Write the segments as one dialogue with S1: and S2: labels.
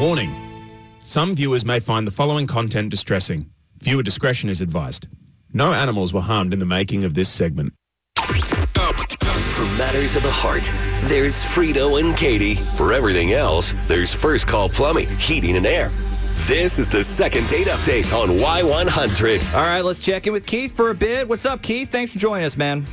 S1: Warning Some viewers may find the following content distressing. Viewer discretion is advised. No animals were harmed in the making of this segment.
S2: For matters of the heart, there's Frito and Katie. For everything else, there's First Call Plumbing, Heating and Air. This is the second date update on Y100.
S3: All right, let's check in with Keith for a bit. What's up, Keith? Thanks for joining us, man.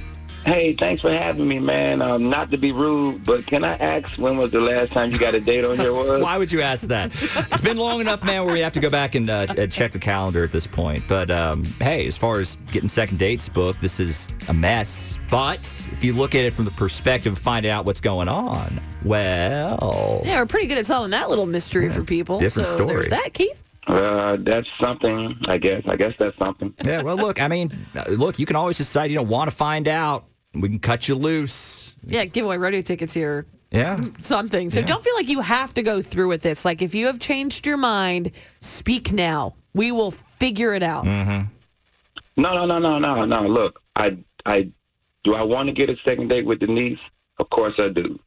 S4: Hey, thanks for having me, man. Um, not to be rude, but can I ask when was the last time you got a date on your was?
S3: Why would you ask that? It's been long enough, man, where we have to go back and uh, uh, check the calendar at this point. But um, hey, as far as getting second dates booked, this is a mess. But if you look at it from the perspective of finding out what's going on, well,
S5: Yeah, we're pretty good at solving that little mystery for people.
S3: different
S5: so
S3: story.
S5: There's that, Keith.
S4: Uh, that's something, I guess. I guess that's something.
S3: yeah. Well, look, I mean, uh, look, you can always decide you don't want to find out. We can cut you loose.
S5: Yeah, giveaway radio tickets here.
S3: Yeah.
S5: Something. So
S3: Yeah.
S5: don't feel like you have to go through with this. Like if you have changed your mind, speak now. We will figure it out.
S3: Mm.
S4: No, no, no, no, no, no. Look, I, I, do I want to get a second date with Denise? Of course I do.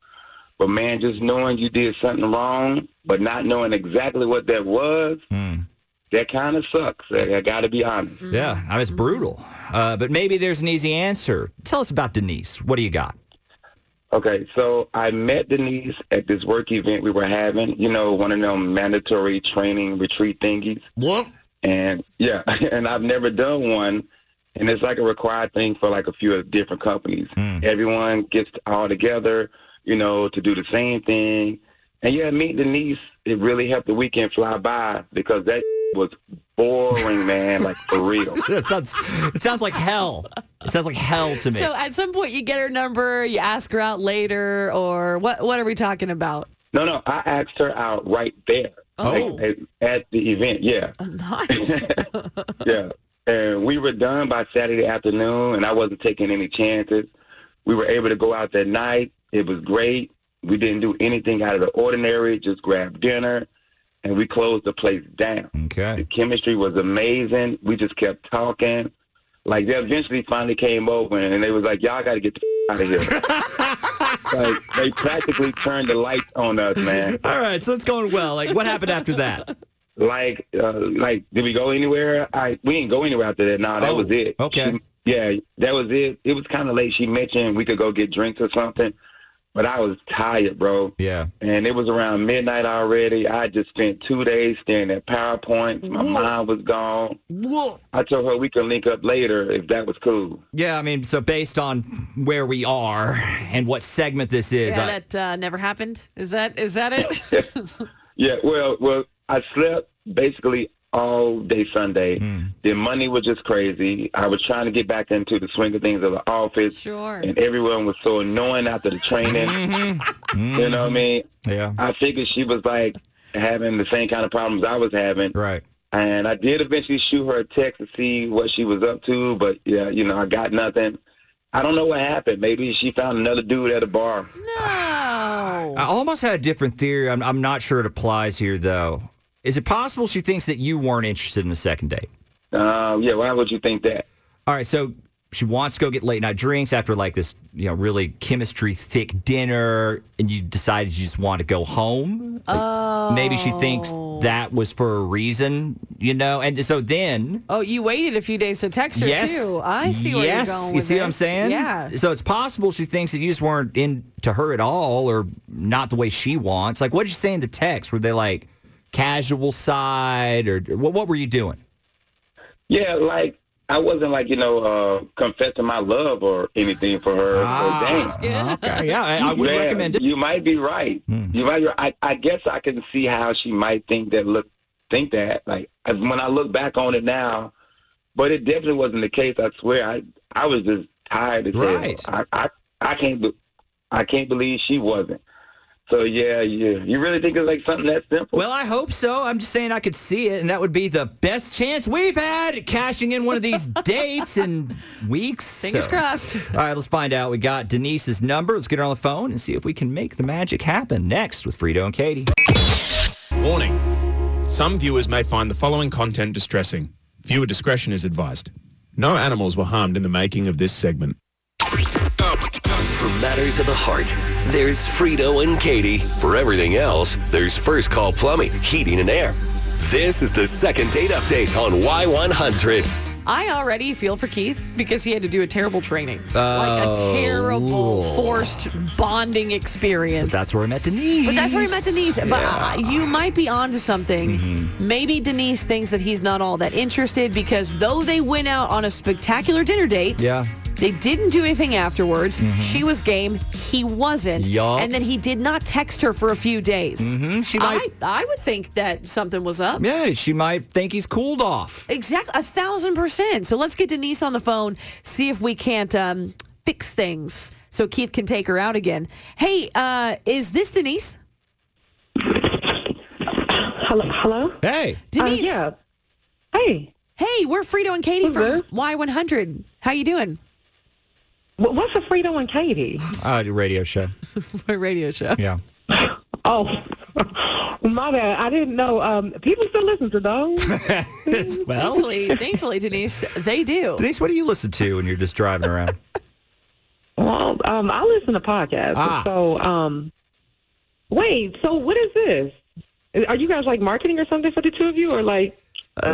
S4: But man, just knowing you did something wrong, but not knowing exactly what that was, that kind of sucks. I, I got to be honest.
S3: Yeah, I mean, it's brutal. Uh, but maybe there's an easy answer. Tell us about Denise. What do you got?
S4: Okay, so I met Denise at this work event we were having. You know, one of them mandatory training retreat thingies.
S3: What?
S4: and yeah, and I've never done one. And it's like a required thing for like a few different companies.
S3: Hmm.
S4: Everyone gets all together, you know, to do the same thing. And yeah, meet Denise. It really helped the weekend fly by because that was boring, man. Like for real.
S3: That sounds. It sounds like hell. It sounds like hell to me.
S5: So at some point you get her number, you ask her out later, or what what are we talking about?
S4: No, no, I asked her out right there
S3: Oh.
S4: like, at, at the event. Yeah,
S5: Nice.
S4: yeah. And we were done by Saturday afternoon, and I wasn't taking any chances. We were able to go out that night. It was great. We didn't do anything out of the ordinary, just grabbed dinner, and we closed the place down. The
S3: okay.
S4: chemistry was amazing. We just kept talking. Like, they eventually finally came over, and they was like, y'all got to get the out of here. like, they practically turned the lights on us, man.
S3: All right. So it's going well. Like, what happened after that?
S4: like uh, like did we go anywhere i we didn't go anywhere after that nah, that
S3: Oh,
S4: was it
S3: okay.
S4: She- yeah that was it it was kind of late she mentioned we could go get drinks or something but i was tired bro
S3: Yeah.
S4: and it was around midnight already i just spent two days staring at powerpoint my mind was gone i told her we could link up later if that was cool
S3: Yeah. I mean, so based on where we are and what segment this is,
S5: yeah,
S3: I-
S5: that uh, never happened. Is that is that it?
S4: yeah well well i slept basically all day sunday
S3: Hmm.
S4: the money was just crazy i was trying to get back into the swing of things of the office
S5: sure.
S4: and everyone was so annoying after the training. You know what I mean?
S3: yeah.
S4: I figured she was like having the same kind of problems I was having,
S3: Right.
S4: and I did eventually shoot her a text to see what she was up to, but yeah, you know, I got nothing. I don't know what happened. Maybe she found another dude at a bar.
S5: No.
S3: I almost had a different theory. I'm, I'm not sure it applies here though. Is it possible she thinks that you weren't interested in the second date?
S4: Uh, yeah, why would you think that?
S3: All right, so she wants to go get late night drinks after like this, you know, really chemistry thick dinner, and you decided you just want to go home. Like, Maybe she thinks
S5: Oh.
S3: that was for a reason, you know. And so then,
S5: Oh, you waited a few days to text her
S3: yes,
S5: too. I see where
S3: yes,
S5: you're going.
S3: you
S5: with
S3: see what I'm
S5: this.
S3: saying?
S5: Yeah.
S3: So it's possible she thinks that you just weren't into her at all, or not the way she wants. Like, what did you say in the text? Were they like casual side, or what? What were you doing?
S4: Yeah, like I wasn't like you know uh, confessing my love or anything for her. So, damn.
S3: Ah, Okay, yeah, I, I would
S4: Yeah,
S3: recommend it. Hmm.
S4: You might be right. You might. Be right. I, I guess I can see how she might think that. Look, think that. Like as- when I look back on it now, but it definitely wasn't the case. I swear. I I was just tired as
S3: Right.
S4: hell. I, I I can't. Be, I can't believe she wasn't. So yeah, you you really think it's like something that simple?
S3: Well, I hope so. I'm just saying I could see it, and that would be the best chance we've had at cashing in one of these dates in weeks.
S5: Fingers
S3: So-
S5: crossed.
S3: All right, let's find out. We got Denise's number. Let's get her on the phone and see if we can make the magic happen next with Frito and Katie.
S1: Warning. Some viewers may find the following content distressing. Viewer discretion is advised. No animals were harmed in the making of this segment.
S2: For matters of the heart, there's Frito and Katie. For everything else, there's First Call Plumbing, Heating and Air. This is the second date update on Y100.
S5: I already feel for Keith because he had to do a terrible training, like a
S3: Oh,
S5: terrible
S3: Lord.
S5: forced bonding experience.
S3: That's where I met Denise.
S5: But that's where he met Denise. But uh, you might be onto something.
S3: Mm-hmm.
S5: Maybe Denise thinks that he's not all that interested because though they went out on a spectacular dinner date,
S3: Yeah. Mm-hmm.
S5: they didn't do anything afterwards. She was game, he wasn't.
S3: Yup.
S5: And then he did not text her for a few days. Mm-hmm.
S3: She might-
S5: I, I would think that something was up.
S3: Yeah, she might think he's cooled off.
S5: Exactly, a thousand percent. So let's get Denise on the phone, see if we can't um, fix things so Keith can take her out again. Hey, uh, is this Denise?
S3: Uh,
S6: Hello. Hello.
S3: Hey.
S6: Uh,
S5: Denise.
S6: yeah. Hey.
S5: Hey, we're Frito and Katie
S6: Who's
S5: from
S6: this?
S5: Y100. How you doing?
S6: Wh- What's a Frito and Katie?
S3: Uh, radio show.
S5: My radio show.
S3: Yeah.
S6: Oh, my bad. I didn't know. Um, people still listen to those.
S3: well,
S5: Thankfully, thankfully, Denise, they do.
S3: Denise, what do you listen to when you're just driving around?
S6: well, um, I listen to podcasts.
S3: Ah.
S6: So, um, wait. So, what is this? Are you guys like marketing or something for the two of you, or like what?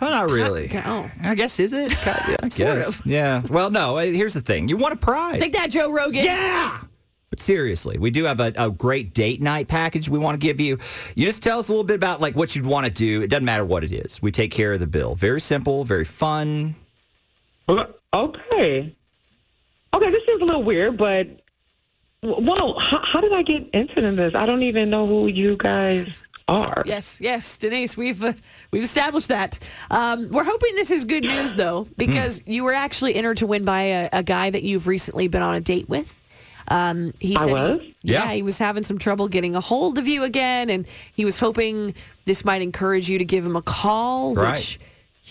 S3: Well, not really.
S5: oh.
S3: I guess is it? Kind of, yeah, I guess. Yeah. Well, no. uh, Here's the thing. You want a prize.
S5: Take that, Joe Rogan.
S3: Yeah. But seriously, we do have a, a great date night package we want to give you. You just tell us a little bit about like what you'd want to do. It doesn't matter what it is. We take care of the bill. Very simple. Very fun.
S6: Okay. Okay, this seems a little weird, but well, how, how did I get into this? I don't even know who you guys are.
S5: Yes, yes, Denise, we've uh, we've established that. Um, we're hoping this is good news though, because you were actually entered to win by a, a guy that you've recently been on a date with. Um, he
S6: I
S5: said he-
S6: was?
S5: yeah.
S3: Yeah.
S5: he was having some trouble getting a hold of you again, and he was hoping this might encourage you to give him a call,
S3: Right.
S5: which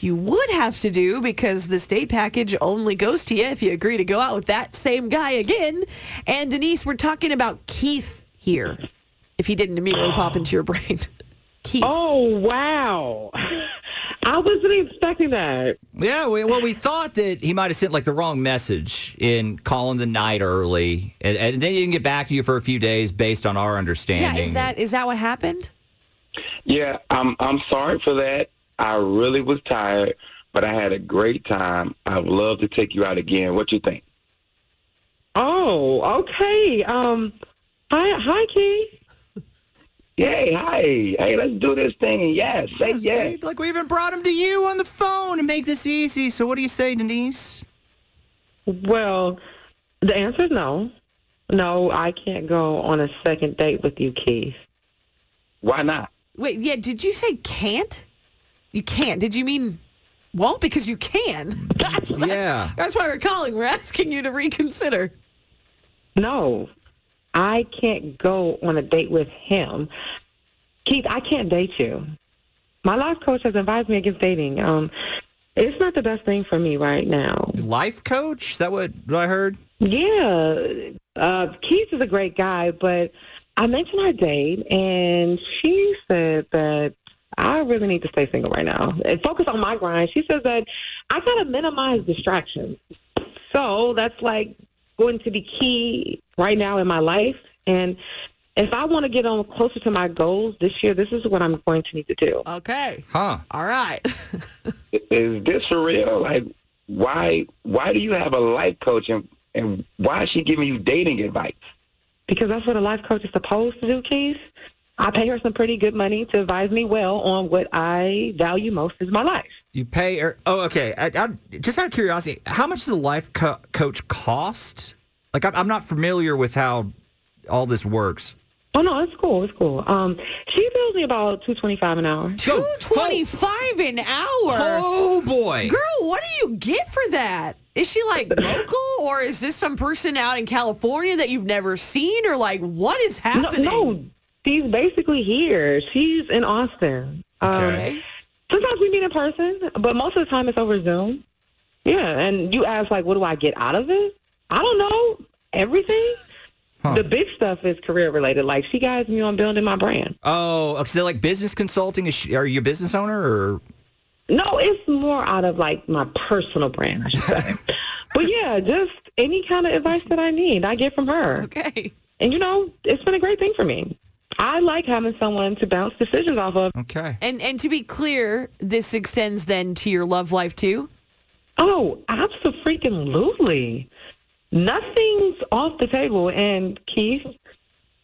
S5: you would have to do because this date package only goes to you if you agree to go out with that same guy again. And Denise, we're talking about Keith here. If he didn't immediately pop into your brain, Keith.
S6: Oh wow! I wasn't expecting that.
S3: Yeah, we, well, we thought that he might have sent like the wrong message in calling the night early, and, and then he didn't get back to you for a few days based on our
S5: Yeah,
S3: understanding.
S5: is that is that what happened?
S4: Yeah, I'm I'm sorry for that. I really was tired, but I had a great time. I would love to take you out again. What you think?
S6: Oh, okay. Um, hi, hi, Keith.
S4: Yay! Hi. Hey, let's do this thing. Yes, say yes.
S3: See, like we even brought him to you on the phone to make this easy. So what do you say, Denise?
S6: Well, the answer is no. No, I can't go on a second date with you, Keith.
S4: Why not?
S5: Wait, yeah, did you say can't? You can't. Did you mean won't because you can? That's, that's-
S3: Yeah.
S5: That's why we're calling. We're asking you to reconsider.
S6: No, I can't go on a date with him. Keith, I can't date you. My life coach has advised me against dating. Um, it's not the best thing for me right now.
S3: Life coach? Is that what, what I heard?
S6: Yeah. Uh, Keith is a great guy, but I mentioned our date, and she said that I really need to stay single right now and focus on my grind. She says that I got to minimize distractions. So that's like going to be key right now in my life. And if I want to get on closer to my goals this year, this is what I'm going to need to do.
S5: Okay.
S3: Huh?
S5: All right.
S4: I- Is this for real? Like, why why do you have a life coach and and why is she giving you dating advice?
S6: because that's what a life coach is supposed to do, Keith. I pay her some pretty good money to advise me well on what I value most is my life.
S3: You pay or oh, okay. I, I, just out of curiosity, how much does a life co- coach cost? Like I'm, I'm not familiar with how all this works.
S6: Oh no, it's cool. It's cool. Um, she bills me about two twenty five an hour.
S5: Two twenty-five an hour.
S3: Oh boy.
S5: Girl, what do you get for that? Is she like local or is this some person out in California that you've never seen or like what is
S6: No,
S5: happening?
S6: no, she's basically here. She's in Austin. Um,
S5: Okay.
S6: Sometimes we meet in person, but most of the time it's over Zoom. Yeah, and you ask like, what do I get out of it? I don't know. Everything. The big stuff is career related. Like she guides me on building my brand.
S3: Oh, okay. So like business consulting. Is she, are you a business owner or?
S6: No, it's more out of like my personal brand, I should say. but yeah, just any kind of advice that I need, I get from her.
S5: Okay.
S6: And you know, it's been a great thing for me. I like having someone to bounce decisions off of.
S3: Okay.
S5: And and to be clear, this extends then to your love life too.
S6: Oh, absolutely. Nothing's off the table. And Keith,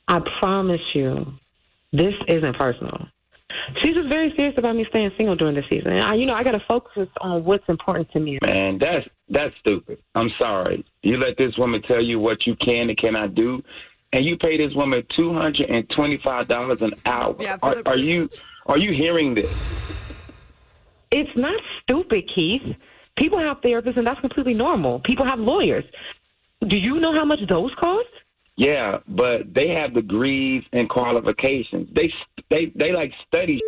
S6: I promise you, this isn't personal. She's just very serious about me staying single during the season. And I, you know, I got to focus on what's important to me.
S4: Man, that's that's stupid. I'm sorry. You let this woman tell you what you can and cannot do, and you pay this woman two hundred and twenty-five dollars an hour.
S5: Yeah, for
S4: are,
S5: the-
S4: are you are you hearing this?
S6: It's not stupid, Keith. People have therapists, and that's completely normal. People have lawyers. Do you know how much those cost?
S4: Yeah, but they have degrees and qualifications. They they they like study.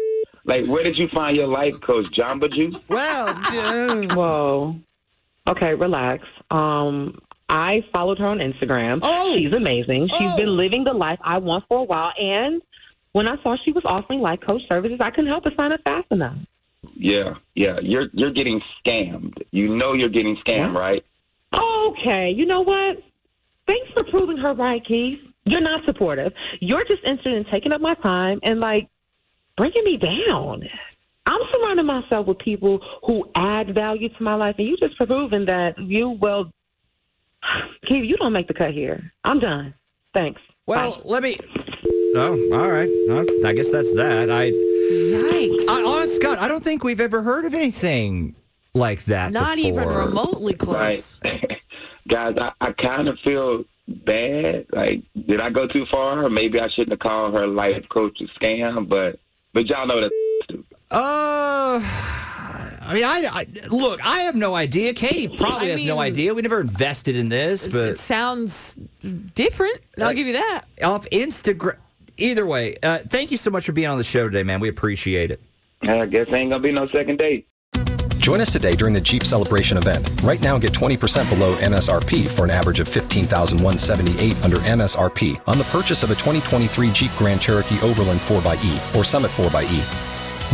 S4: Like, where did you find your life coach, Jamba Juice?
S3: Well, yeah.
S6: Whoa. Okay, relax. Um, I followed her on Instagram.
S3: Oh.
S6: She's amazing. She's
S3: Oh.
S6: been living the life I want for a while. And when I saw she was offering life coach services, I couldn't help but sign up fast enough.
S4: Yeah, yeah. You're you're getting scammed. You know you're getting scammed, right?
S6: Okay, you know what? Thanks for proving her right, Keith. You're not supportive. You're just interested in taking up my time and like bringing me down. I'm surrounding myself with people who add value to my life, and you just proving that you will. Keith, you don't make the cut here. I'm done. Thanks. Bye.
S3: well, let me. Oh, all right. Uh, I guess that's that. I,
S5: Yikes.
S3: I honest God, I don't think we've ever heard of anything like that.
S5: Not even
S3: before.
S5: remotely close.
S4: Right. Guys, I, I kind of feel bad. Like, did I go too far? Or maybe I shouldn't have called her life coach a scam. But but y'all know that.
S3: Uh, I mean, I, I look. I have no idea. Katie probably
S5: I
S3: has no
S5: mean-
S3: idea. We never invested in this,
S5: It's-
S3: but
S5: It sounds different. I'll give you that.
S3: off Instagram. Either way, uh, thank you so much for being on the show today, man. We appreciate it.
S4: I guess ain't gonna be no second date.
S7: Join us today during the Jeep Celebration event. Right now, get 20% below MSRP for an average of 15178 under MSRP on the purchase of a 2023 Jeep Grand Cherokee Overland 4xE or Summit 4xE.